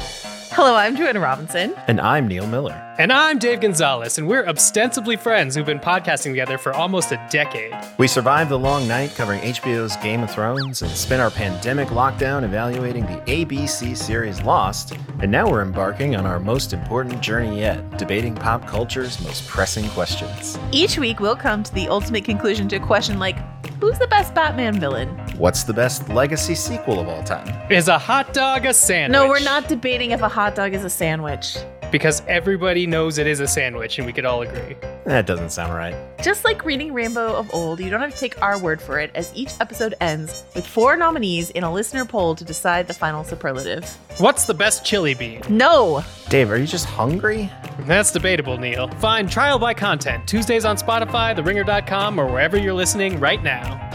Hello, I'm Joanna Robinson. And I'm Neil Miller. And I'm Dave Gonzalez, and we're ostensibly friends who've been podcasting together for almost a decade. We survived the long night covering HBO's Game of Thrones and spent our pandemic lockdown evaluating the ABC series Lost. And now we're embarking on our most important journey yet, debating pop culture's most pressing questions. Each week, we'll come to the ultimate conclusion to a question like Who's the best Batman villain? What's the best legacy sequel of all time? Is a hot dog a sandwich? No, we're not debating if a hot dog is a sandwich. Because everybody knows it is a sandwich, and we could all agree. That doesn't sound right. Just like reading Rambo of old, you don't have to take our word for it, as each episode ends with four nominees in a listener poll to decide the final superlative. What's the best chili bean? No! Dave, are you just hungry? That's debatable, Neil. Find Trial by Content, Tuesdays on Spotify, theringer.com, or wherever you're listening right now.